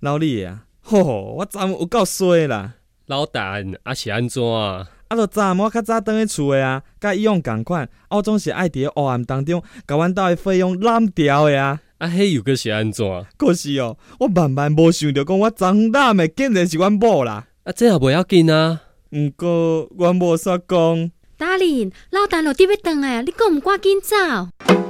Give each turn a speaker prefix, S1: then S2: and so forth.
S1: 老李啊，吼，我昨暗有够衰啦！
S2: 老陈啊是安怎啊？
S1: 啊，著昨暗我较早倒去厝的啊，甲伊往共款，啊，我总是爱伫咧黑暗当中，甲阮兜的费用揽掉的啊。
S2: 啊迄又个是安怎？啊
S1: 可是哦，我万万无想着讲我昨暗揽的竟然是阮某啦。
S2: 啊这也袂要紧啊，
S1: 毋过阮某煞讲，
S3: 达林，老陈落地要回来啊，你阁毋赶紧走？